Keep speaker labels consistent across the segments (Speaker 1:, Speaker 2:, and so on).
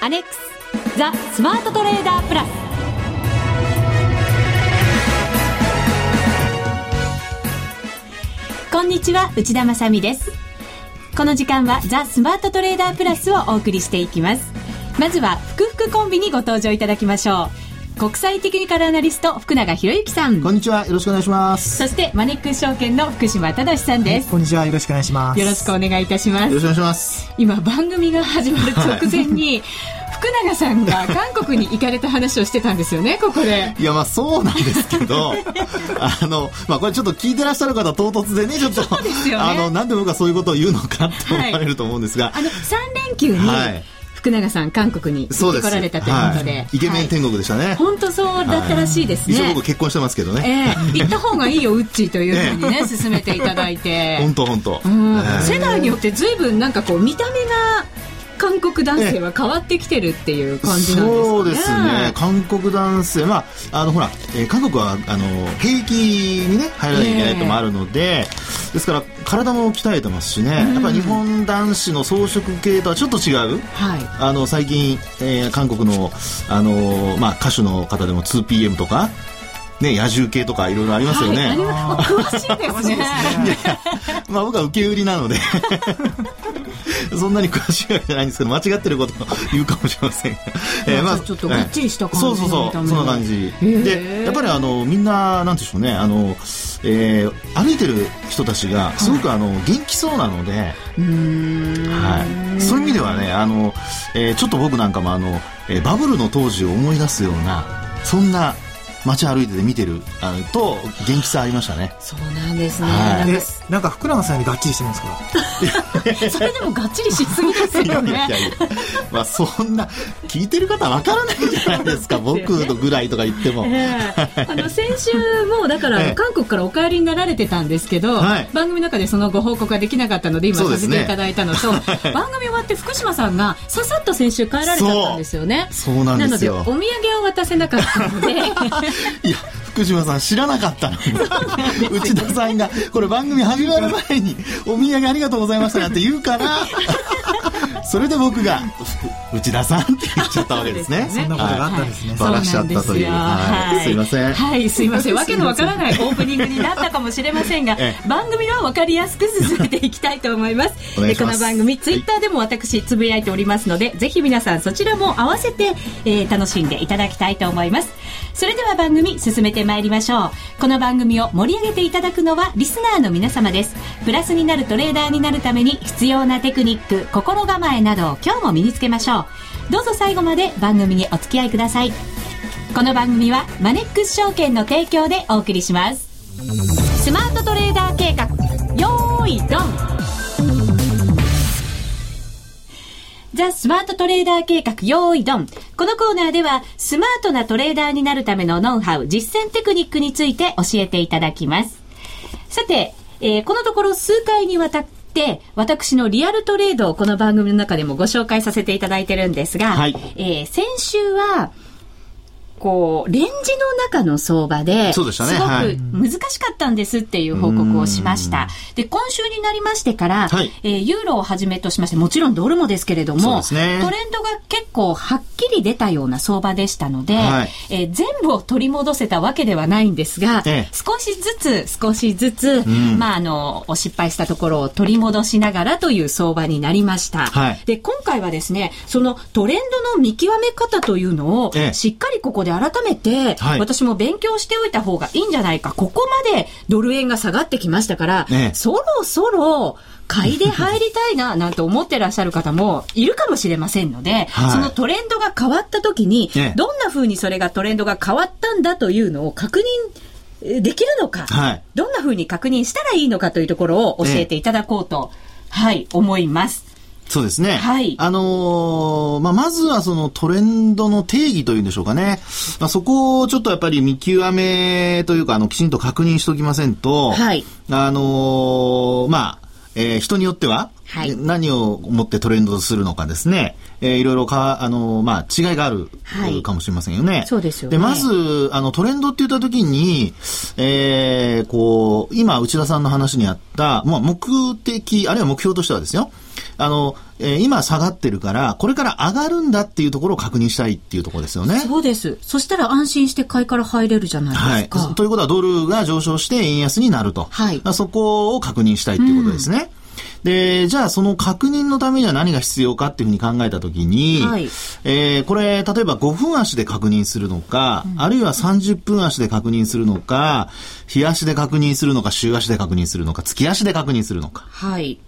Speaker 1: アネックスザ・スマートトレーダープラスこんにちは内田まさみですこの時間はザ・スマートトレーダープラスをお送りしていきますまずはふくふくコンビにご登場いただきましょう国際テクニカルアナリスト福永博之さん
Speaker 2: こんにちは。よろしくお願いします。
Speaker 1: そしてマネックス証券の福島忠さんです、
Speaker 2: こんにちは。よろしくお願いします。
Speaker 1: よろしくお
Speaker 2: よ
Speaker 1: 願いいたします
Speaker 2: ろしくお願いします。
Speaker 1: 今番組が始まる直前に、福永さんが韓国に行かれた話をしてたんですよねここで。
Speaker 2: いや、まあそうなんですけど、 あの、まあこれちょっと聞いてらっしゃる方唐突でね、ちょっと、
Speaker 1: すよね
Speaker 2: あの、なんで僕はそういうことを言うのかって思われると思うんですが、
Speaker 1: あの3連休に
Speaker 2: はい
Speaker 1: 福永さん韓国に行
Speaker 2: そ
Speaker 1: っ
Speaker 2: う
Speaker 1: て
Speaker 2: で
Speaker 1: こ
Speaker 2: す。
Speaker 1: られたということで、
Speaker 2: はいイケメン天国でしたね。
Speaker 1: 本当そうだったらしいですね、
Speaker 2: 一応僕結婚してますけど
Speaker 1: え
Speaker 2: ね。
Speaker 1: え行った方がいいよウッチーというふうにね勧めていただいて、
Speaker 2: 本当本当。
Speaker 1: うん
Speaker 2: えー
Speaker 1: 世代によって随分なんかこう見た目が韓国男性は変わってきてるっていう感じなんですかね
Speaker 2: そうですね韓国男性まああのほら、えー韓国はあの兵役にね入らなきゃいけないともあるので、ですから体も鍛えてますしね、やっぱり日本男子の装飾系とはちょっと違う
Speaker 1: はい
Speaker 2: あの最近、えー韓国の、あのーまあ、歌手の方でも 2PM とか、ね、野獣系とかいろいろありますよね、
Speaker 1: はいありますお 詳しいですね
Speaker 2: まあ僕は受け売りなので そんなに詳しいわけじゃないんですけど間違ってることを 言うかもしれませんが、え
Speaker 1: まあちょっとがっちりした感じの
Speaker 2: そうそうそう
Speaker 1: 見た
Speaker 2: そ
Speaker 1: 目
Speaker 2: ん
Speaker 1: の
Speaker 2: な感じ
Speaker 1: ー
Speaker 2: でやっぱりあのみんななんていうんでしょうねあの、えー歩いてる人たちがすごくあの、元気そうなので、
Speaker 1: うーん
Speaker 2: はい、そういう意味ではねあの、えーちょっと僕なんかもあの、えーバブルの当時を思い出すようなそんな街歩いてて見てるあのと元気さありましたね
Speaker 1: そうなんですね、
Speaker 2: は
Speaker 1: な
Speaker 2: い
Speaker 1: ん
Speaker 3: え
Speaker 1: かそ
Speaker 3: なんか福永さんよりがっちりしてますから
Speaker 1: それでもがっちりしすぎですよ
Speaker 2: いやいや
Speaker 1: ね
Speaker 2: いやまあそんな聞いてる方わからないじゃないですか僕のぐらいとか言っても、
Speaker 1: ええあの先週もだから
Speaker 2: ええ
Speaker 1: 韓国からお帰りになられてたんですけど、
Speaker 2: はい
Speaker 1: 番組の中でそのご報告ができなかったので今
Speaker 2: そう
Speaker 1: さ
Speaker 2: で
Speaker 1: せ
Speaker 2: す
Speaker 1: て
Speaker 2: ね
Speaker 1: いただいた のと、番組終わって福島さんがささっと先週帰られちゃったんですよね
Speaker 2: そうそうなんですよ
Speaker 1: なのでお土産を渡せなかったので
Speaker 2: いや福島さん知らなかったのに内田さんがこれ番組始まる前にお土産ありがとうございましたなんて言 うからそれで僕が内田さんって言っちゃったわけですね
Speaker 1: そうですね
Speaker 3: そんなことがあったんですね
Speaker 1: はい
Speaker 2: ばらしちゃったという
Speaker 1: そなん
Speaker 2: はい
Speaker 1: です
Speaker 2: すいません、
Speaker 1: はい、すいません。わけのわからないオープニングになったかもしれませんが
Speaker 2: ええ。
Speaker 1: 番組はわかりやすく進めていきたいと思います
Speaker 2: お願
Speaker 1: で
Speaker 2: いし
Speaker 1: こ
Speaker 2: ま
Speaker 1: の
Speaker 2: す
Speaker 1: 番組、ツイッターでも私つぶやいておりますので、ぜひ皆さんそちらも合わせて、えー楽しんでいただきたいと思います。それでは番組進めてまいりましょう。この番組を盛り上げていただくのはリスナーの皆様です。プラスになるトレーダーになるために必要なテクニック、心構えなどを今日も身につけましょう。どうぞ最後まで番組にお付き合いください。この番組はマネックス証券の提供でお送りしますスマートトレーダー計画よーいドンザ・スマートトレーダー計画用意ドン。このコーナーでは、スマートなトレーダーになるためのノウハウ、実践テクニックについて教えていただきます。さて、えーこのところ数回にわたって、私のリアルトレードをこの番組の中でもご紹介させていただいてるんですが、
Speaker 2: はい
Speaker 1: えー先週は、こう、レンジの中の相場で、
Speaker 2: そうでしたね
Speaker 1: すごく
Speaker 2: はい
Speaker 1: 難しかったんですっていう報告をしました。で、今週になりましてから、
Speaker 2: はい
Speaker 1: えーユーロをはじめとしまして、もちろんドルもですけれども、
Speaker 2: そうですね
Speaker 1: トレンドが結構はっきり出たような相場でしたので、
Speaker 2: はい
Speaker 1: えー全部を取り戻せたわけではないんですが、
Speaker 2: ええ
Speaker 1: 少しずつ少しずつ、
Speaker 2: ん
Speaker 1: まあ、あの、お失敗したところを取り戻しながらという相場になりました。
Speaker 2: はい
Speaker 1: で、今回はですね、そのトレンドの見極め方というのを
Speaker 2: え、え
Speaker 1: しっかりここで改めて、
Speaker 2: はい
Speaker 1: 私も勉強しておいた方がいいんじゃないか。ここまでドル円が下がってきましたから、
Speaker 2: ええ
Speaker 1: そろそろ買いで入りたいな、なんて思ってらっしゃる方もいるかもしれませんので、
Speaker 2: はい
Speaker 1: そのトレンドが変わった時に、
Speaker 2: ええ
Speaker 1: どんな風にそれがトレンドが変わったんだというのを確認えーできるのか、
Speaker 2: はい
Speaker 1: どんな風に確認したらいいのかというところを教えていただこうと、はい、思います。
Speaker 2: そうですね。
Speaker 1: はい
Speaker 2: あのーまあ、まずはそのトレンドの定義というんでしょうかね。まあ、そこをちょっとやっぱり見極めというか、あの、きちんと確認しておきませんと、
Speaker 1: はい
Speaker 2: あのーまあ、えー人によっては、
Speaker 1: はい
Speaker 2: で何をもってトレンドとするのかですね、えーいろいろか、あの、まあ、違いがある、
Speaker 1: はい
Speaker 2: かもしれませんよね。
Speaker 1: そうですよね
Speaker 2: まず、あの、トレンドって言った時に、えーこう、今、内田さんの話にあった、まあ、目的、あるいは目標としてはですよ、あの、えー今下がってるから、これから上がるんだっていうところを確認したいっていうところですよね。
Speaker 1: そうです。そしたら安心して買いから入れるじゃない
Speaker 2: は
Speaker 1: です
Speaker 2: い
Speaker 1: か。。
Speaker 2: ということはドルが上昇して円安になると。
Speaker 1: はい
Speaker 2: まあそこを確認したいっていうことですね。で、じゃあその確認のためには何が必要かっていうふうに考えたときに、
Speaker 1: はい
Speaker 2: えーこれ、例えば5分足で確認するのか、あるいは30分足で確認するのか、日足で確認するのか、週足で確認するのか、月足で確認するのか。
Speaker 1: はい。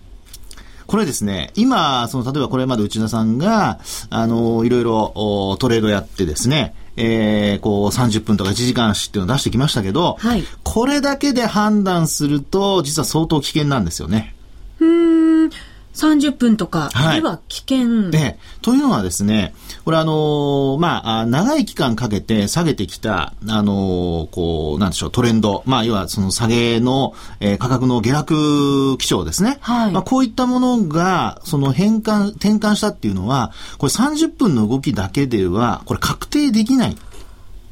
Speaker 2: これですね、今、その、例えばこれまで内田さんが、あの、いろいろおトレードやってですね、えー、こう、30分とか1時間足っていうのを出してきましたけど、
Speaker 1: はい
Speaker 2: これだけで判断すると、実は相当危険なんですよね。
Speaker 1: うーん。30分とか、
Speaker 2: はい
Speaker 1: では危険。
Speaker 2: で、というのはですね、これあのーまあ、あ長い期間かけて下げてきた、あのーこう、なんでしょう、トレンド、まあ、要はその下げの、えー価格の下落基調ですね。
Speaker 1: はい
Speaker 2: まあ、こういったものが、その変換、転換したっていうのは、これ30分の動きだけでは、これ確定できないん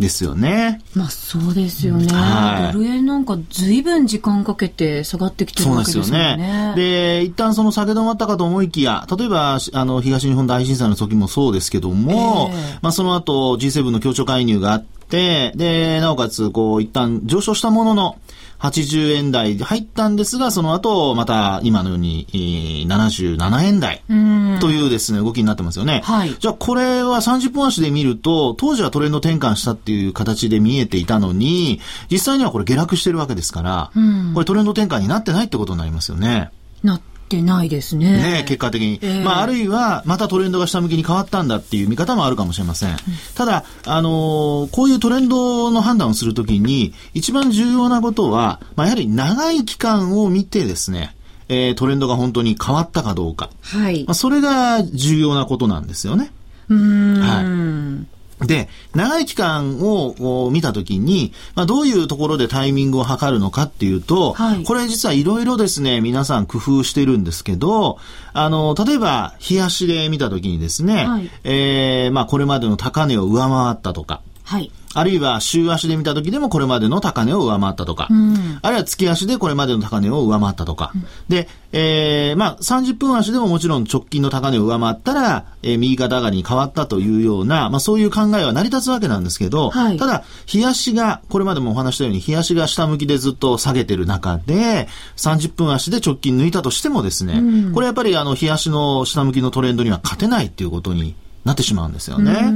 Speaker 2: ですよね。
Speaker 1: まあそうですよね。
Speaker 2: はい
Speaker 1: ドル円なんか随分時間かけて下がってきてるわけですよね。
Speaker 2: で、一旦その下げ止まったかと思いきや、例えば、しあの、東日本大震災の時もそうですけども、
Speaker 1: ええ
Speaker 2: まあ、その後、G7 の協調介入があって、で、なおかつ、こう、一旦上昇したものの、80円台で入ったんですが、その後、また、今のように、えー77円台。
Speaker 1: うん。
Speaker 2: というですね、動きになってますよね。
Speaker 1: はい
Speaker 2: じゃあこれは30分足で見ると、当時はトレンド転換したっていう形で見えていたのに、実際にはこれ下落してるわけですから、
Speaker 1: うん
Speaker 2: これトレンド転換になってないってことになりますよね。
Speaker 1: なってないですね。
Speaker 2: ねえ結果的に。
Speaker 1: ええ
Speaker 2: まあ、あるいは、またトレンドが下向きに変わったんだっていう見方もあるかもしれません。ただ、あのーこういうトレンドの判断をするときに、一番重要なことは、まあ、やはり長い期間を見てですね、えートレンドが本当に変わったかどうか。
Speaker 1: はい
Speaker 2: まあ、。それが重要なことなんですよね。
Speaker 1: うーん。
Speaker 2: で、長い期間をこう見たときに、まあ、どういうところでタイミングを測るのかっていうと、
Speaker 1: はい
Speaker 2: これ実はいろいろですね、皆さん工夫してるんですけど、あの、例えば、日足で見たときにですね、
Speaker 1: はい
Speaker 2: えーまあ、これまでの高値を上回ったとか、
Speaker 1: はい。
Speaker 2: あるいは週足で見た時でもこれまでの高値を上回ったとか、
Speaker 1: ん
Speaker 2: あるいは月足でこれまでの高値を上回ったとか、で、えー、まあ、30分足でももちろん直近の高値を上回ったら、えー右肩上がりに変わったというような、まあ、そういう考えは成り立つわけなんですけど、
Speaker 1: はい
Speaker 2: ただ、日足が、これまでもお話したように、日足が下向きでずっと下げてる中で、30分足で直近抜いたとしてもですね、これやっぱりあの、日足の下向きのトレンドには勝てないっていうことになってしまうんですよね。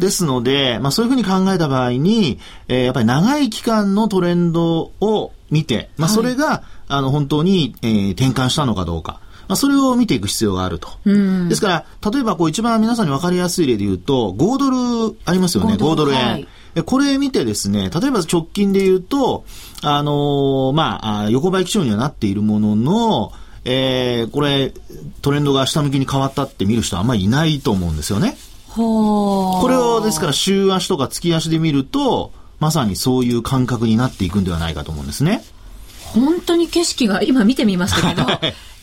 Speaker 2: ですので、まあ、そういうふうに考えた場合に、えーやっぱり長い期間のトレンドを見て、まあ、それが、あの本当に、えー転換したのかどうか、まあ、それを見ていく必要があると。
Speaker 1: うん。
Speaker 2: ですから、例えばこう一番皆さんに分かりやすい例で言うと、5ドルありますよね、
Speaker 1: 5
Speaker 2: 5
Speaker 1: ド
Speaker 2: ド
Speaker 1: ル
Speaker 2: ル円。
Speaker 1: はい
Speaker 2: でこれ見てですね、例えば直近で言うと、あのーまあ、あー横ばい基調にはなっているものの、えーこれ、トレンドが下向きに変わったって見る人はあんまりいないと思うんですよね。
Speaker 1: ほー
Speaker 2: これをですから週足とか月足で見ると、まさにそういう感覚になっていくんではないかと思うんですね。
Speaker 1: 本当に景色が今見てみましたけ ど、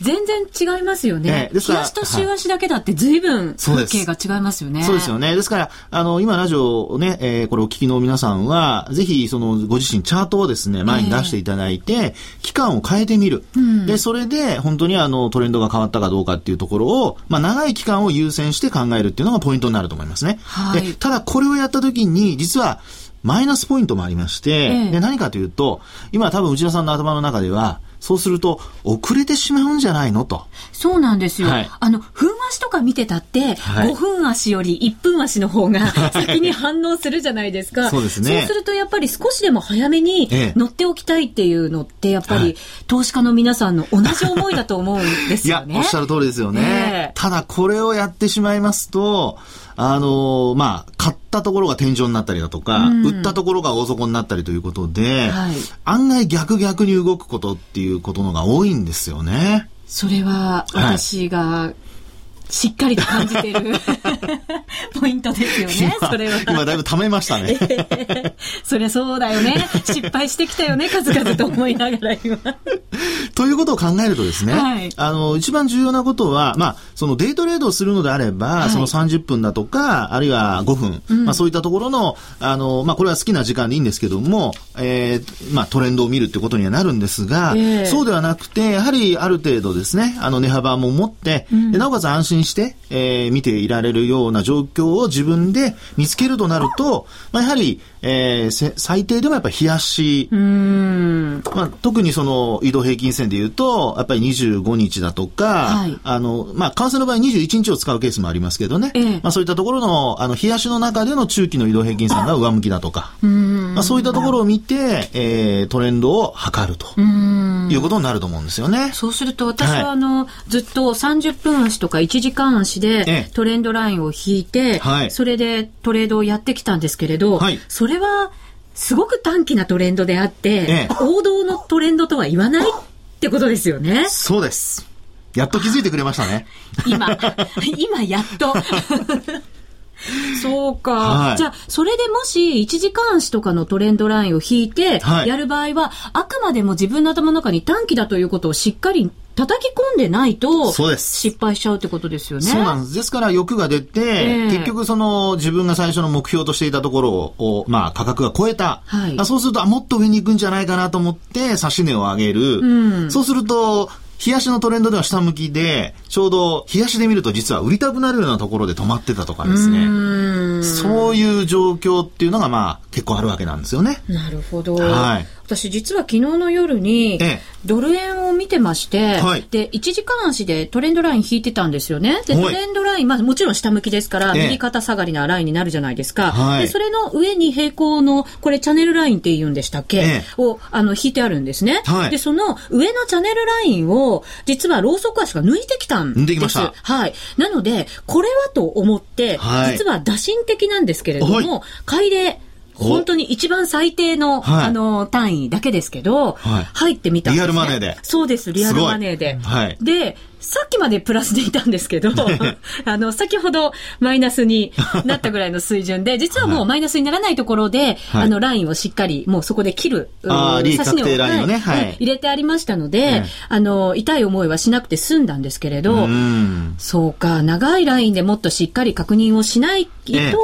Speaker 1: 全然違いますよね
Speaker 2: え。えです
Speaker 1: 日
Speaker 2: から
Speaker 1: 足と週足だけだって随分
Speaker 2: そう
Speaker 1: 風
Speaker 2: です
Speaker 1: 景が違いますよね。
Speaker 2: そうですよ
Speaker 1: ね。
Speaker 2: ね。ですから、あの、今ラジオをね、えーこれお聞きの皆さんは、ぜひ、その、ご自身チャートをですね、前に出していただいて、期間を変えてみる。で、それで、本当にあの、トレンドが変わったかどうかっていうところを、まあ、長い期間を優先して考えるっていうのがポイントになると思いますね。
Speaker 1: はい
Speaker 2: でただ、これをやった時に、実は、マイナスポイントもありまして、
Speaker 1: ええ
Speaker 2: で何かというと、今多分内田さんの頭の中では、そうすると、遅れてしまうんじゃないのと。
Speaker 1: そうなんですよ。
Speaker 2: はい
Speaker 1: あの、分足とか見てたって、
Speaker 2: はい
Speaker 1: 5分足より1分足の方 が先に反応するじゃないですか。
Speaker 2: そうですね
Speaker 1: そうするとやっぱり少しでも早めに
Speaker 2: ええ
Speaker 1: 乗っておきたいっていうのって、やっぱ
Speaker 2: は
Speaker 1: り
Speaker 2: い
Speaker 1: 投資家の皆さんの同じ思いだと思うんですよね。
Speaker 2: いや、おっしゃる通りですよ
Speaker 1: ええ
Speaker 2: ね。ただ、これをやってしまいますと、あのーまあ、買ったところが天井になったりだとか、
Speaker 1: うん
Speaker 2: 売ったところが大底になったりということで、
Speaker 1: はい
Speaker 2: 案外逆逆に動くことっていうことのが多いんですよね。
Speaker 1: それは私がしっかりと感じてる、 ポイントですよね、それ
Speaker 2: 今今
Speaker 1: は。
Speaker 2: だいぶ溜めましたね。
Speaker 1: そりゃそうだよね。失敗してきたよね、数々と思いながら今。
Speaker 2: とそういうことを考えるとですね、
Speaker 4: はい
Speaker 2: あの、一番重要なことは、まあ、そのデイトレードをするのであれば、
Speaker 4: い
Speaker 2: その30分だとか、あるいは5分、まあそういったところの、あの、まあこれは好きな時間でいいんですけども、えーまあトレンドを見るってことにはなるんですが、
Speaker 4: ええ
Speaker 2: そうではなくて、やはりある程度ですね、あの値幅も持って、でなおかつ安心して、えー見ていられるような状況を自分で見つけるとなると、まあやはり、えーせ最低でもやっぱ冷やし、まあ、特にその移動平均線でいうと、やっぱり25日だとか、
Speaker 4: はい
Speaker 2: あの、まあ、為替の場合21日を使うケースもありますけどね、
Speaker 4: ええ
Speaker 2: まあ、そういったところの、あの、冷やしの中での中期の移動平均線が上向きだとか、まあ、そういったところを見て、えートレンドを測るということになると思うんですよね。
Speaker 1: そうすると私
Speaker 2: はい
Speaker 1: はあの、ずっと30分足とか1時間足
Speaker 2: え
Speaker 1: で
Speaker 2: え
Speaker 1: トレンドラインを引いて、
Speaker 2: はい
Speaker 1: それでトレードをやってきたんですけれど、
Speaker 2: はい
Speaker 1: それはすごく短期なトレンドであって、
Speaker 2: ええ。
Speaker 1: 王道のトレンドとは言わないってことですよね
Speaker 2: そうです。やっと気づいてくれましたね。
Speaker 1: 今、 今やっと。 そうか、
Speaker 2: はい
Speaker 1: じゃあ、それでもし、1時間足とかのトレンドラインを引いて、
Speaker 2: はい
Speaker 1: やる場合は、あくまでも自分の頭の中に短期だということをしっかり叩き込んでないと、
Speaker 2: そうです
Speaker 1: 失敗しちゃうってことですよね。
Speaker 2: そうなんです。ですから欲が出て、
Speaker 1: ええ
Speaker 2: 結局その自分が最初の目標としていたところを、まあ価格が超えた。
Speaker 1: はい
Speaker 2: あそうすると、あ、もっと上に行くんじゃないかなと思って、指し値を上げる。
Speaker 1: うん
Speaker 2: そうすると、冷やしのトレンドでは下向きで、ちょうど冷やしで見ると実は売りたくなるようなところで止まってたとかですね。そういう状況っていうのがまあ結構あるわけなんですよね。
Speaker 1: なるほど、
Speaker 2: はい
Speaker 1: 私実は昨日の夜に
Speaker 2: ええ
Speaker 1: ドル円を見てまして、
Speaker 2: はい
Speaker 1: で1時間足でトレンドライン引いてたんですよねで
Speaker 2: はい
Speaker 1: トレンドライン、まあ、もちろん下向きですから
Speaker 2: ええ
Speaker 1: 右肩下がりなラインになるじゃないですか、
Speaker 2: はい
Speaker 1: でそれの上に平行のこれチャネルラインって言うんでしたっけ、
Speaker 2: ええ
Speaker 1: をあの引いてあるんですね、
Speaker 2: はい
Speaker 1: でその上のチャネルラインを実はローソク足が抜いてきたんです
Speaker 2: 抜いてきました
Speaker 1: はい、なのでこれはと思って、
Speaker 2: はい
Speaker 1: 実は打診的なんですけれど
Speaker 2: は
Speaker 1: も買いで
Speaker 2: お
Speaker 1: 本当に一番最低の、
Speaker 2: はい
Speaker 1: あの、単位だけですけど、
Speaker 2: はい
Speaker 1: 入ってみたんです、ね。
Speaker 2: リアルマネーで
Speaker 1: そうです、リアルマネーで。
Speaker 2: すごいはい
Speaker 1: で、さっきまでプラスでいたんですけ ど、あの、先ほどマイナスになったぐらいの水準で、実はもうマイナスにならないところで、
Speaker 2: はい
Speaker 1: あの、ラインをしっかり、もうそこで切る、
Speaker 2: あー
Speaker 1: うん
Speaker 2: 利益
Speaker 1: 指し値を
Speaker 2: 確定ラインをね
Speaker 1: はい
Speaker 2: はい
Speaker 1: 入れてありましたので、
Speaker 2: ええ
Speaker 1: あの、痛い思いはしなくて済んだんですけれど、
Speaker 2: うん。
Speaker 1: そうか、長いラインでもっとしっかり確認をしないと、
Speaker 2: ええ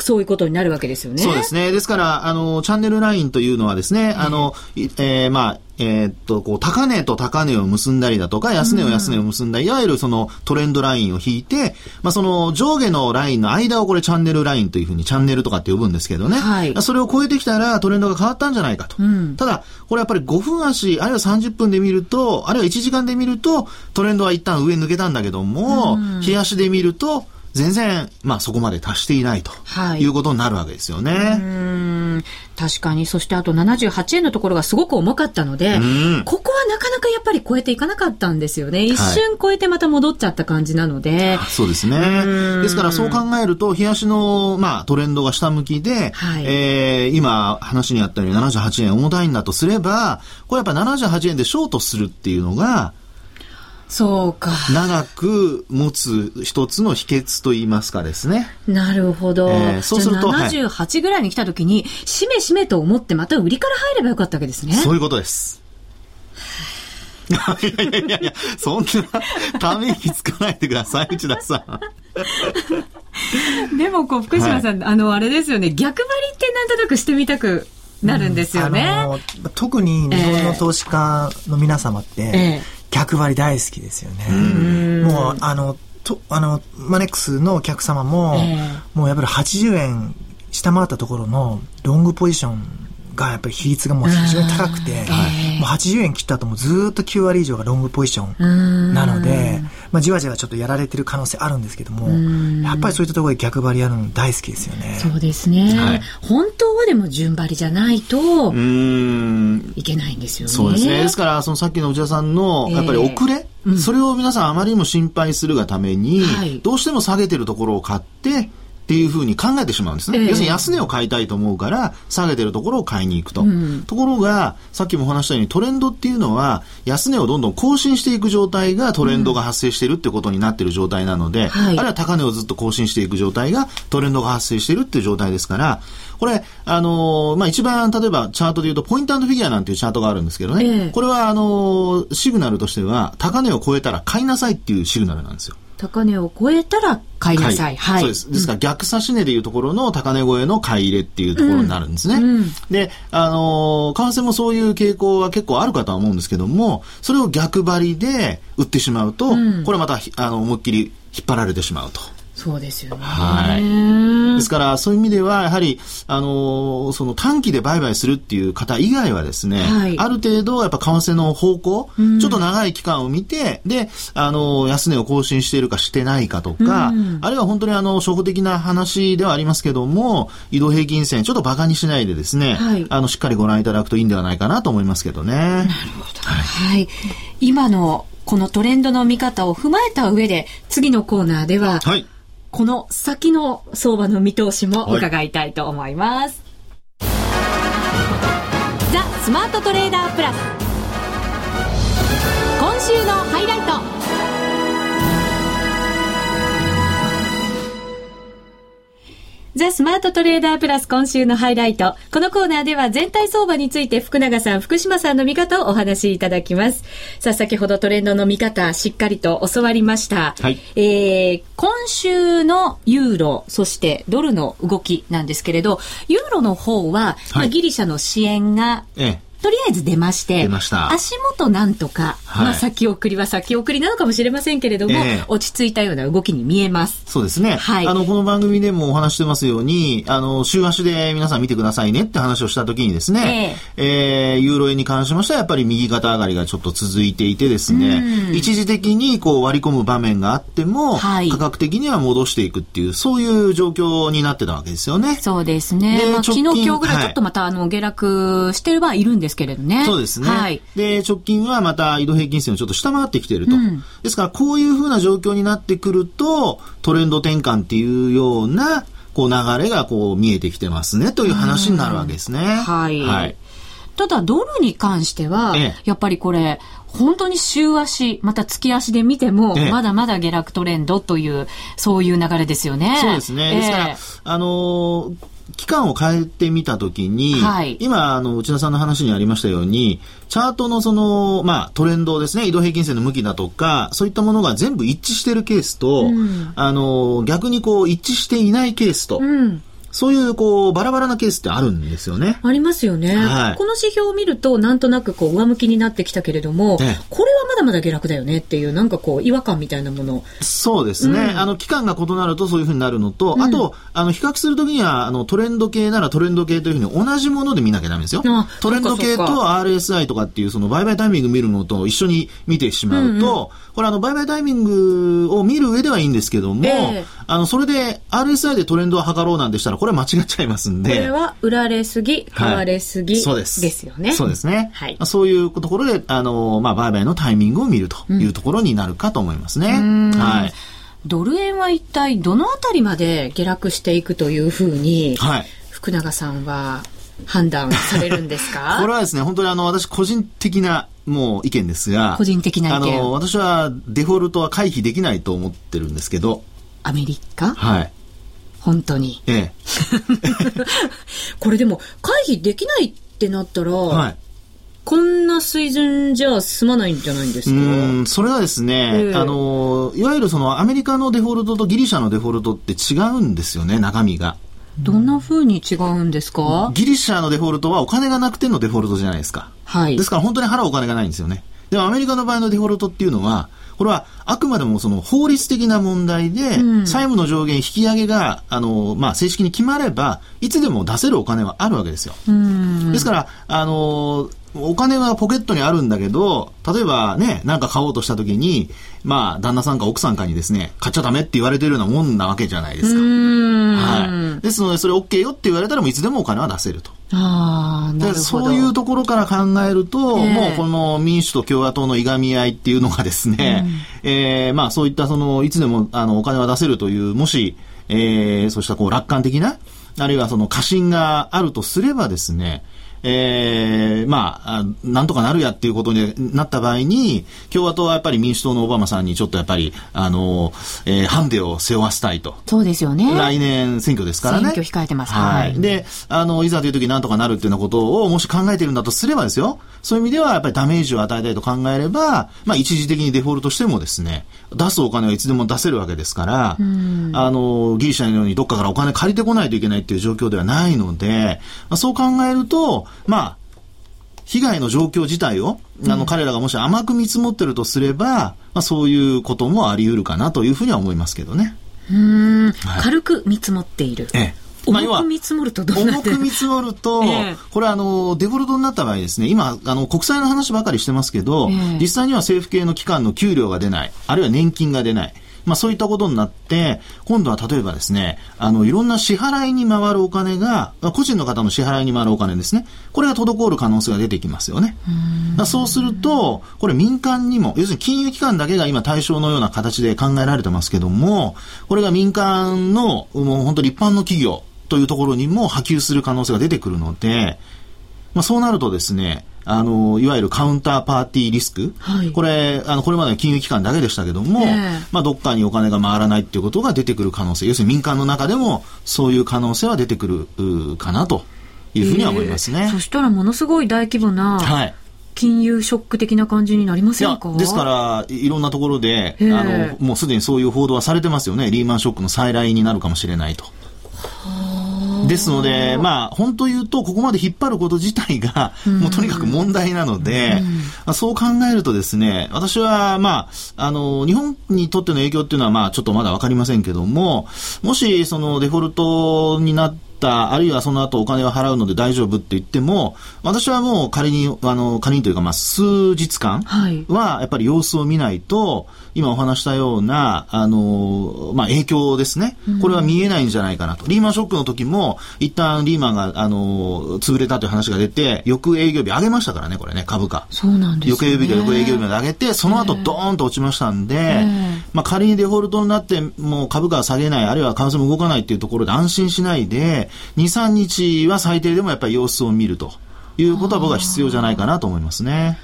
Speaker 1: そういうことになるわけですよね。
Speaker 2: そうですね。ですから、あの、チャンネルラインというのはですね、あの、いえーまあ、えーっと、こう、高値と高値を結んだりだとか、安値を安値を結んだり、いわゆるそのトレンドラインを引いて、まあ、その上下のラインの間をこれチャンネルラインというふうにチャンネルとかって呼ぶんですけどね。
Speaker 1: はい
Speaker 2: それを超えてきたらトレンドが変わったんじゃないかと。ただ、これやっぱり5分足、あるいは30分で見ると、あるいは1時間で見ると、トレンドは一旦上に抜けたんだけども、冷やしで見ると、全然、まあ、そこまで達していないと
Speaker 1: はい
Speaker 2: いうことになるわけですよね。
Speaker 1: うん確かに、そしてあと78円のところがすごく重かったので
Speaker 2: うん、
Speaker 1: ここはなかなかやっぱり超えていかなかったんですよね。一瞬超えてまた戻っちゃった感じなので、
Speaker 2: そうですね。ですからそう考えると、冷やしの、まあ、トレンドが下向きで、
Speaker 1: はい
Speaker 2: えー今話にあったように78円重たいんだとすれば、これやっぱ78円でショートするっていうのが、
Speaker 1: そうか。
Speaker 2: 長く持つ一つの秘訣といいますかですね。
Speaker 1: なるほど。
Speaker 2: ええそうすると
Speaker 1: じゃあ78ぐらいに来た時に、しめしめと思ってまた売りから入ればよかったわけですね。
Speaker 2: そういうことです。いやいやいやいや、そんなため息つかないでください、内田さん。
Speaker 1: でもこう、福島さん、あの、あれですよね、逆張りってなんとなくしてみたくなるんですよね。
Speaker 3: あの特に日本の投資家の皆様って、
Speaker 1: ええ
Speaker 3: 逆張り大好きですよね。もう、あの、とあの、マネックスのお客様も、
Speaker 1: ええ
Speaker 3: もうやっぱり80円下回ったところのロングポジションがやっぱり比率がもう非常に高くて、もう80円切った後もずーっと9割以上がロングポジションなので、まあ、じわじわちょっとやられてる可能性あるんですけども、やっぱりそういったところで逆張りやるの大好きですよね。
Speaker 1: そうですね、
Speaker 2: はい
Speaker 1: 本当はでも順張りじゃないと
Speaker 2: うー ん、
Speaker 1: いけないんですよね。
Speaker 2: そうですね。ですから、そのさっきの内田さんの、
Speaker 1: ええ
Speaker 2: やっぱり遅れ、それを皆さんあまりにも心配するがために、
Speaker 1: はい
Speaker 2: どうしても下げてるところを買って、っていうふうに考えてしまうんですね。
Speaker 1: ええ
Speaker 2: 要するに安値を買いたいと思うから、下げてるところを買いに行くと。ところが、さっきもお話したようにトレンドっていうのは、安値をどんどん更新していく状態がトレンドが発生してるってことになってる状態なの
Speaker 1: は
Speaker 2: で、
Speaker 1: い
Speaker 2: あるいは高値をずっと更新していく状態がトレンドが発生してるっていう状態ですから、これ、あのーまあ、一番、例えばチャートで言うと、ポイントフィギュアなんていうチャートがあるんですけどね、
Speaker 1: ええ
Speaker 2: これは、あのーシグナルとしては、高値を超えたら買いなさいっていうシグナルなんですよ。
Speaker 1: 高値を超えたら買いなさい。はい。
Speaker 2: そうです。ですから、逆差し値でいうところの高値超えの買い入れっていうところになるんですね。で、あのー為替もそういう傾向は結構あるかとは思うんですけども、それを逆張りで売ってしまうと、これまたひ、あの、思いっきり引っ張られてしまうと。
Speaker 1: そうですよね。
Speaker 2: はい。ですから、そういう意味では、やはり、あのーその短期で売買するっていう方以外はですね、
Speaker 1: はい
Speaker 2: ある程度、やっぱ為替の方向、ちょっと長い期間を見て、で、あのー安値を更新しているかしてないかとか、あるいは本当にあの、初歩的な話ではありますけども、移動平均線、ちょっと馬鹿にしないでですね、
Speaker 1: はい
Speaker 2: あの、しっかりご覧いただくといいんではないかなと思いますけどね。
Speaker 1: はい。今のこのトレンドの見方を踏まえた上で、次のコーナーでは、
Speaker 2: はい。
Speaker 1: この先の相場の見通しも伺いたいと思います。ザ・スマートトレーダープラス今週のハイライトザ・スマートトレーダープラス今週のハイライト。このコーナーでは全体相場について福永さん、福島さんの見方をお話しいただきます。さあ、先ほどトレンドの見方、しっかりと教わりました。
Speaker 2: はい
Speaker 1: えー今週のユーロ、そしてドルの動きなんですけれど、ユーロの方は、まあ
Speaker 2: はい
Speaker 1: ギリシャの支援が
Speaker 2: ええ。
Speaker 1: とりあえず出まして、
Speaker 2: 出ました
Speaker 1: 足元なんとか、
Speaker 2: はい
Speaker 1: まあ先送りは先送りなのかもしれませんけれども、
Speaker 2: ええ
Speaker 1: 落ち着いたような動きに見えます。
Speaker 2: そうですね。
Speaker 1: はい
Speaker 2: あの、この番組でもお話してますように、あの、週足で皆さん見てくださいねって話をした時にですね、えーユーロ円に関しましてはやっぱり右肩上がりがちょっと続いていてですね、一時的にこう割り込む場面があっても、
Speaker 1: はい
Speaker 2: 価格的には戻していくっていう、そういう状況になってたわけですよね。
Speaker 1: そうですね。
Speaker 2: で
Speaker 1: まあ、昨
Speaker 2: 直
Speaker 1: 日
Speaker 2: 近
Speaker 1: 今日ぐらい
Speaker 2: はい
Speaker 1: ちょっとまた、あの下落してはいるんですけれどね。
Speaker 2: そうですね。
Speaker 1: はい。
Speaker 2: で、直近はまた移動平均線をちょっと下回ってきていると。ですから、こういうふうな状況になってくると、トレンド転換っていうような、こう流れがこう見えてきてますねという話になるわけですね。
Speaker 1: はい
Speaker 2: はい。
Speaker 1: ただドルに関しては、
Speaker 2: ええ
Speaker 1: やっぱりこれ、本当に週足、また月足で見ても、
Speaker 2: ええ
Speaker 1: まだまだ下落トレンドという、そういう流れですよね。
Speaker 2: そうですね。ですから、
Speaker 1: ええ
Speaker 2: あのー期間を変えてみたときに、
Speaker 1: はい
Speaker 2: 今、あの、内田さんの話にありましたように、チャートのその、まあ、トレンドですね、移動平均線の向きだとか、そういったものが全部一致してるケースと、あのー逆にこう、一致していないケースと、
Speaker 1: うん。
Speaker 2: そういう、こう、バラバラなケースってあるんですよね。
Speaker 1: ありますよね、
Speaker 2: はい
Speaker 1: この指標を見ると、なんとなくこう上向きになってきたけれども、
Speaker 2: ええ
Speaker 1: これはまだまだ下落だよねっていう、なんかこう、違和感みたいなもの、
Speaker 2: そうですね。あの、期間が異なるとそういうふうになるのと、あと、あの、比較するときには、あの、トレンド系ならトレンド系というふうに同じもので見なきゃダメですよ
Speaker 1: あ。
Speaker 2: トレンド系
Speaker 1: そ
Speaker 2: と
Speaker 1: っかそ
Speaker 2: RSI とかっていう、その、売買タイミング見るのと一緒に見てしまうと、これ、あの、売買タイミングを見る上ではいいんですけども
Speaker 1: ええ、
Speaker 2: あの、それで RSI でトレンドを測ろうなんてしたら、これは間違っちゃいますんで。
Speaker 1: これは売られすぎ、買われすぎ、
Speaker 2: はいそうです。
Speaker 1: よね。
Speaker 2: そうですね。
Speaker 1: はい
Speaker 2: そういうところで、あの、まあ、売買のタイミングを見るというところになるかと思いますね。はい。
Speaker 1: ドル円は一体どのあたりまで下落していくというふうに、
Speaker 2: はい。
Speaker 1: 福永さんは判断されるんですか
Speaker 2: これはですね、本当にあの、私個人的な、もう意見ですが。
Speaker 1: 個人的な意見
Speaker 2: あの、私はデフォルトは回避できないと思ってるんですけど。
Speaker 1: アメリカ
Speaker 2: はい。
Speaker 1: 本当に。
Speaker 2: ええ。
Speaker 1: これでも回避できないってなったら、
Speaker 2: はい。
Speaker 1: こんな水準じゃ済まないんじゃないんです
Speaker 2: う
Speaker 1: か
Speaker 2: ーん、それはですね、
Speaker 1: ええ
Speaker 2: あの、いわゆるそのアメリカのデフォルトとギリシャのデフォルトって違うんですよね、中身が。
Speaker 1: どんな風に違うんですか、
Speaker 2: ギリシャのデフォルトはお金がなくてのデフォルトじゃないですか。
Speaker 1: はい
Speaker 2: で。すから本当に払うお金がないんですよね。でもアメリカの場合のデフォルトっていうのは、これはあくまでもその法律的な問題で、債務の上限引き上げが、あの、まあ、正式に決まれば、いつでも出せるお金はあるわけですよ。ですから、あの、お金はポケットにあるんだけど、例えばね、なんか買おうとした時に、まあ、旦那さんか奥さんかにですね、買っちゃダメって言われてるようなもんなわけじゃないですか。はい。ですので、それ OK よって言われたらもういつでもお金は出せると。
Speaker 1: ああ、な
Speaker 2: で
Speaker 1: るほど。
Speaker 2: そういうところから考えると、
Speaker 1: ええ
Speaker 2: もうこの民主と共和党のいがみ合いっていうのがですね、えーまあそういったその、いつでもあのお金は出せるという、もし、えー、そうしたこう楽観的な、あるいはその過信があるとすればですね、えー、まあ、あなんとかなるやっていうことになった場合に、共和党はやっぱり民主党のオバマさんにちょっとやっぱり、あの、えー、ハンデを背負わせたいと。
Speaker 5: そうですよね。
Speaker 2: 来年選挙ですからね。
Speaker 5: 選挙控えてます
Speaker 2: は
Speaker 5: はい
Speaker 2: い。で、あの、いざという時なんとかなるっていうようなことをもし考えてるんだとすればですよ、そういう意味ではやっぱりダメージを与えたいと考えれば、まあ一時的にデフォルトしてもですね、出すお金はいつでも出せるわけですから、あの、ギリシャのようにどっかからお金借りてこないといけないっていう状況ではないので、まあ、そう考えると、まあ、被害の状況自体を、あの、彼らがもし甘く見積もってるとすれば、まあ、そういうこともあり得るかなというふうには思いますけどね。
Speaker 5: うーん、
Speaker 2: い
Speaker 5: 軽く見積もっている。
Speaker 2: ええまあ要
Speaker 5: 重
Speaker 2: は
Speaker 5: く見積もるとどうな
Speaker 2: 重
Speaker 5: って
Speaker 2: く見積もると、
Speaker 5: ええ
Speaker 2: これはあの、デフォルトになった場合ですね、今、あの、国債の話ばかりしてますけど、
Speaker 5: ええ
Speaker 2: 実際には政府系の機関の給料が出ない、あるいは年金が出ない。まあそういったことになって、今度は例えばですね、あの、いろんな支払いに回るお金が、まあ個人の方の支払いに回るお金ですね、これが滞る可能性が出てきますよね。だからそうすると、これ民間にも、要するに金融機関だけが今対象のような形で考えられてますけども、これが民間の、もう本当に一般の企業というところにも波及する可能性が出てくるので、まあ、そうなるとですね、あの、いわゆるカウンターパーティーリスク。
Speaker 5: はい
Speaker 2: これ、あの、これまでの金融機関だけでしたけども、
Speaker 5: ええ
Speaker 2: まあ、どっかにお金が回らないっていうことが出てくる可能性。要するに民間の中でも、そういう可能性は出てくるうーかなというふうには思いますね。
Speaker 5: そしたらものすごい大規模な、
Speaker 2: はい。
Speaker 5: 金融ショック的な感じになりま
Speaker 2: い
Speaker 5: せん
Speaker 2: や
Speaker 5: か、
Speaker 2: ですから、いいろんなところで、あ
Speaker 5: え
Speaker 2: の、もうすでにそういう報道はされてますよね。リーマンショックの再来になるかもしれないと。ですので、まあ、本当言うと、ここまで引っ張ること自体が、もうとにかく問題なので、まあそう考えるとですね、私は、まあ、あの、日本にとっての影響っていうのは、まあ、ちょっとまだわかりませんけども、もし、その、デフォルトになった、あるいはその後お金を払うので大丈夫って言っても、私はもう仮に、あの、仮にというか、まあ、数日間、
Speaker 5: はい。
Speaker 2: は、やっぱり様子を見ないと、今お話したような、あの、まあ、影響ですね。これは見えないんじゃないかなと。リーマンショックの時も、一旦リーマンが、あの、潰れたという話が出て、翌営業日上げましたからね、これね、株価。
Speaker 5: そうなんです
Speaker 2: 翌
Speaker 5: ね。
Speaker 2: 営業日か翌営業日まで上げて、その後ドーンと落ちましたんで、まあ仮にデフォルトになって、もう株価が下げない、あるいは為替も動かないっていうところで安心しないで、2、3日は最低でもやっぱり様子を見るということは僕は必要じゃないかなと思いますね。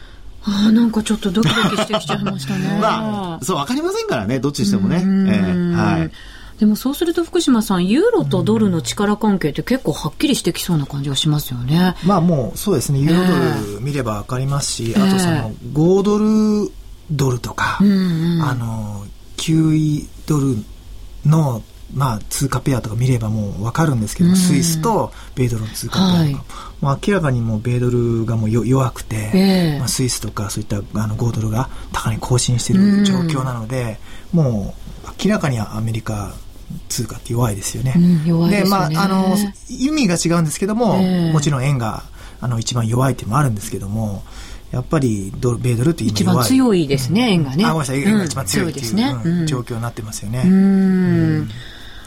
Speaker 5: ああ、なんかちょっとドキドキしてきちゃいました ね。
Speaker 2: まあ、そう、わかりませんからね、どっちにしてもね。ええはい。
Speaker 5: でもそうすると福島さん、ユーロとドルの力関係って結構はっきりしてきそうな感じがしますよね。
Speaker 3: まあもうそうですね、ユーロドル見ればわかりますし、あとその5ドルドルとか、
Speaker 5: うんうん。
Speaker 3: あの、9ドルの、まあ、通貨ペアとか見ればもうわかるんですけど、
Speaker 5: うん
Speaker 3: スイスと米ドルの通貨ペアとか、
Speaker 5: はい
Speaker 3: もう明らかにもう米ドルがもうよ弱くて、
Speaker 5: ええ
Speaker 3: まあ、スイスとかそういったあの5ドルが高値更新している状況なので、もう明らかにアメリカ通貨って弱いですよね。
Speaker 5: うん弱いですよね
Speaker 3: まあ、あの、意味が違うんですけども、
Speaker 5: ええ
Speaker 3: もちろん円があの一番弱いっていうのもあるんですけども、やっぱりドル、米ドルって今
Speaker 5: 一番
Speaker 3: 弱い
Speaker 5: 強いですね、円がね。
Speaker 3: あ、ごめんなさい、円が一番強いっていう,、
Speaker 5: うん強いですね。うん
Speaker 3: 状況になってますよね。
Speaker 5: うーん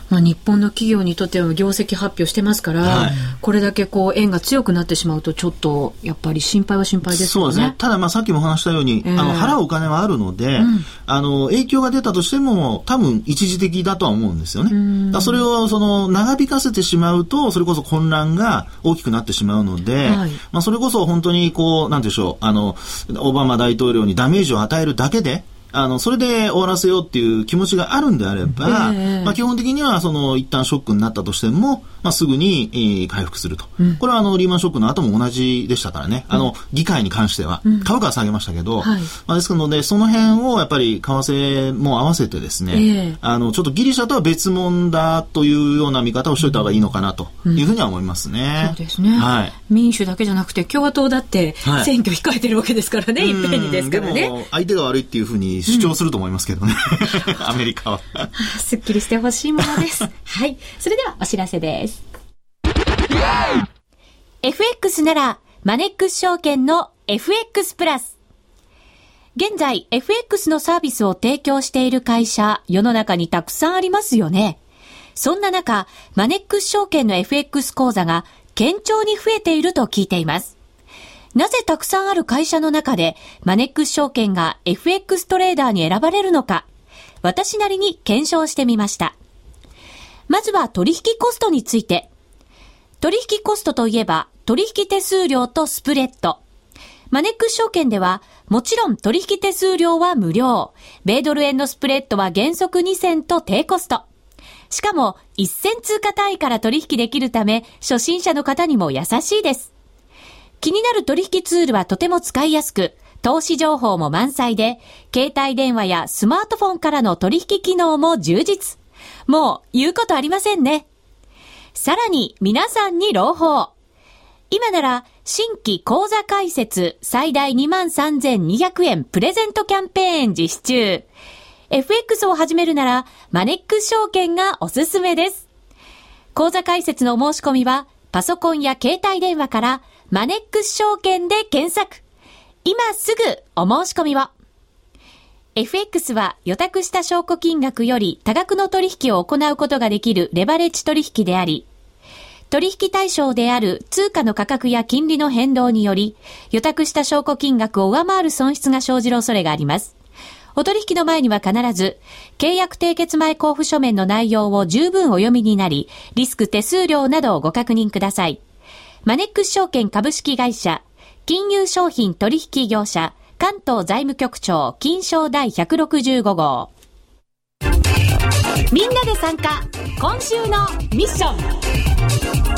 Speaker 5: まあ、日本の企業にとっては業績発表してますから、
Speaker 2: はい
Speaker 5: これだけこう円が強くなってしまうとちょっとやっぱり心配は心配です
Speaker 2: そう
Speaker 5: よね。
Speaker 2: ですね。ただ、まあ、さっきもお話したように、
Speaker 5: ええ
Speaker 2: あの、払うお金はあるので、あの、影響が出たとしても、多分、一時的だとは思うんですよね。だからそれを、その、長引かせてしまうと、それこそ混乱が大きくなってしまうので、
Speaker 5: はい
Speaker 2: まあ、それこそ本当に、こう、なんていうんでしょう、あの、オバマ大統領にダメージを与えるだけで、あの、それで終わらせようっていう気持ちがあるんであれば、
Speaker 5: ええ
Speaker 2: まあ、基本的には、その、一旦ショックになったとしても、まあ、すぐに、えー回復すると。これは、あの、リーマンショックの後も同じでしたからね。あの、議会に関しては、株価は下げましたけど、
Speaker 5: はい
Speaker 2: まあ、ですので、その辺を、やっぱり、為替も合わせてですね、
Speaker 5: ええ
Speaker 2: あの、ちょっとギリシャとは別物だというような見方をしといた方がいいのかな、というふうには思いますね。
Speaker 5: そうですね、
Speaker 2: はい。
Speaker 5: 民主だけじゃなくて共和党だって
Speaker 2: はい
Speaker 5: 選挙控えてるわけですからね、い、っぺんにですから
Speaker 2: うんで
Speaker 5: ね。
Speaker 2: も相手が悪いっていうふうに主張すると思います けどね。アメリカは。
Speaker 6: すっきりしてほしいものです。 はい。それではお知らせです。FX なら、マネックス証券の FX プラス。現在、FX のサービスを提供している会社、世の中にたくさんありますよね。そんな中、マネックス証券の FX 講座が、堅調に増えていると聞いています。なぜたくさんある会社の中で、マネックス証券が FX トレーダーに選ばれるのか、私なりに検証してみました。まずは取引コストについて。取引コストといえば、取引手数料とスプレッド。マネックス証券では、もちろん取引手数料は無料。米ドル円のスプレッドは原則2銭と低コスト。しかも、1銭通貨単位から取引できるため、初心者の方にも優しいです。気になる取引ツールはとても使いやすく、投資情報も満載で、携帯電話やスマートフォンからの取引機能も充実。もう言うことありませんね。さらに皆さんに朗報。今なら新規口座開設最大23,200円プレゼントキャンペーン実施中。FX を始めるならマネックス証券がおすすめです。口座開設のお申し込みは、パソコンや携帯電話から、マネックス証券で検索。今すぐお申し込みを。FX は予託した証拠金額より多額の取引を行うことができるレバレッジ取引であり、取引対象である通貨の価格や金利の変動により、予託した証拠金額を上回る損失が生じる恐れがあります。お取引の前には必ず、契約締結前交付書面の内容を十分お読みになり、リスク手数料などをご確認ください。マネックス証券株式会社、金融商品取引業者、関東財務局長、金賞第165号。みんなで参加、今週のミッション。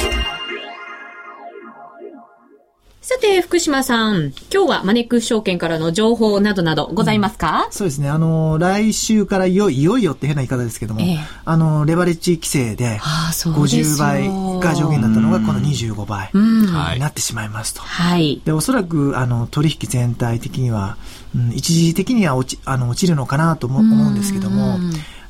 Speaker 1: さて、福島さん、今日はマネックス証券からの情報などなどございますか、
Speaker 3: そうですね。あの、来週からいよいよいよって変な言い方ですけども、
Speaker 1: ええ
Speaker 3: あの、レバレッジ規制で、
Speaker 1: ああ、そ
Speaker 3: 50倍が上限だったのが、この25倍
Speaker 1: うん。
Speaker 2: はい
Speaker 3: になってしまいますと。
Speaker 1: はい。
Speaker 3: で、おそらく、あの、取引全体的には、うん一時的には落ち、あの、落ちるのかなとも思うんですけども、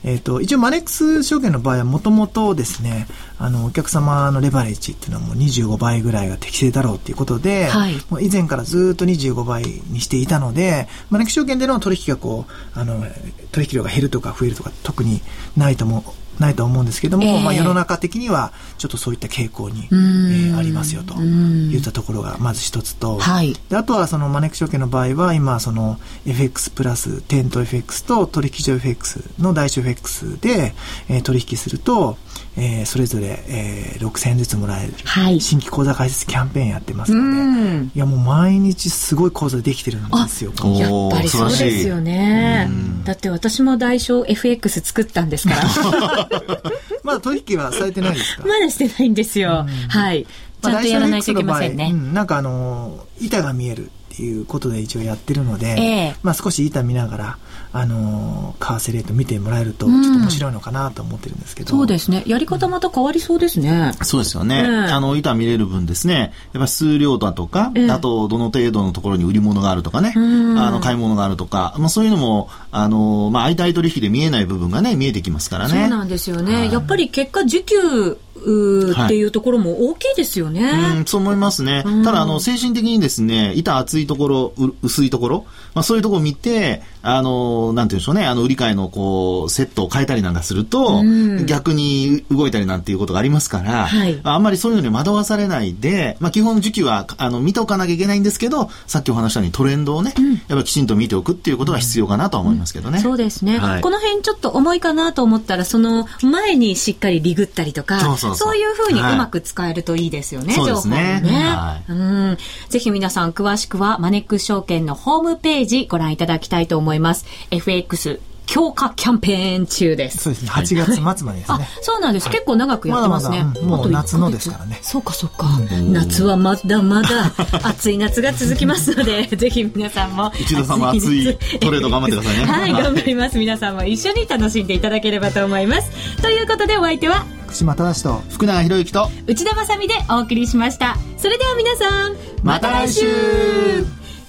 Speaker 3: えっ、と、一応マネックス証券の場合は、もともとですね、あの、お客様のレバレッジっていうのはもう25倍ぐらいが適正だろうっていうことで、
Speaker 1: はい
Speaker 3: もう以前からずっと25倍にしていたので、マネックス証券での取引がこう、あの、取引量が減るとか増えるとか特にないと思う、ないと思うんですけども、
Speaker 1: ええ
Speaker 3: まあ世の中的にはちょっとそういった傾向に、え
Speaker 1: ん
Speaker 3: ーありますよと
Speaker 1: うん
Speaker 3: いったところがまず一つと、
Speaker 1: はい
Speaker 3: であとはそのマネックス証券の場合は今その FX プラス店頭 FX と取引所 FX の代償 FX で、えー取引すると、えーそれぞれ、えー6000円ずつもらえる、
Speaker 1: はい
Speaker 3: 新規口座開設キャンペーンやってます
Speaker 1: う
Speaker 3: ので、
Speaker 1: ん。
Speaker 3: いやもう毎日すごい口座できてるんですよ。
Speaker 2: おー
Speaker 1: やっぱりそうですよね
Speaker 2: 素晴らしいうん。
Speaker 1: だって私も代償 FX 作ったんですから。
Speaker 3: まだ取引はされてないですか
Speaker 1: まだしてないんですよ。はい。ち
Speaker 3: ま
Speaker 1: ゃ
Speaker 3: あ
Speaker 1: んとやらないといけません
Speaker 3: 来週
Speaker 1: ね
Speaker 3: の。X の場合うん、なんかあのー板が見えるっていうことで一応やってるので、
Speaker 1: ええ
Speaker 3: まあ少し板見ながら、あのー為替レート見てもらえるとちょ
Speaker 1: う
Speaker 3: っ
Speaker 1: ん
Speaker 3: と面白いのかなと思ってるんですけど、
Speaker 1: そうですね。やり方また変わりそうですね。
Speaker 2: そうですよね。
Speaker 1: ええ
Speaker 2: あの、板見れる分ですね、やっぱ数量だとか、
Speaker 1: ええ
Speaker 2: あと、どの程度のところに売り物があるとかね、
Speaker 1: うん
Speaker 2: あの、買い物があるとか、まあそういうのも、あの、まあ、相対取引で見えない部分がね、見えてきますからね。
Speaker 1: そうなんですよ
Speaker 2: は
Speaker 1: ね。
Speaker 2: い
Speaker 1: やっぱり結果、時給うー
Speaker 2: はい
Speaker 1: っていうところも大きいですよね。
Speaker 2: うん、そう思いますね。
Speaker 1: うん
Speaker 2: ただ、あの、精神的にですね、板厚いところ、う薄いところ、まあ、そういうところを見て、あの、なんて言うんでしょうね、あの、売り買いの、こう、セットを変えたりなんかすると、
Speaker 1: うん
Speaker 2: 逆に動いたりなんていうことがありますから、
Speaker 1: はい
Speaker 2: あんまりそういうのに惑わされないで、まあ、基本時期は、あの、見ておかなきゃいけないんですけど、さっきお話したようにトレンドをね、やっぱりきちんと見ておくっていうことが必要かなとは思いますけどね。
Speaker 1: そうですね、
Speaker 2: はい
Speaker 1: この辺ちょっと重いかなと思ったら、その前にしっかりリグったりとか、
Speaker 2: そうそうそう
Speaker 1: いうふうにう
Speaker 2: はい
Speaker 1: まく使えるといいですよね、
Speaker 2: そ
Speaker 1: 情
Speaker 2: うで
Speaker 1: 報
Speaker 2: す
Speaker 1: も
Speaker 2: ね
Speaker 1: ね、
Speaker 2: は
Speaker 1: うん。ぜひ皆さん詳しくはマネックス証券のホームページご覧いただきたいと思います。FX 強化キャンペーン中です。
Speaker 3: そうですね。8月末までです
Speaker 1: あ
Speaker 3: ね。、
Speaker 1: そうなんです。結構長くやってますね。
Speaker 3: まだまだうんもう
Speaker 1: あと一ヶ月
Speaker 3: 夏のですからね
Speaker 1: そうかそうか。夏はまだまだ暑い夏が続きますので、ぜひ皆さんも。
Speaker 2: 一度さんも熱いトレード頑張ってくださいね
Speaker 1: はい、頑張ります。皆さんも一緒に楽しんでいただければと思います。ということでお相手は
Speaker 3: 福島正と、
Speaker 2: 福永博之と、
Speaker 1: 内田まさみでお送りしました。それでは皆さん、
Speaker 2: また来週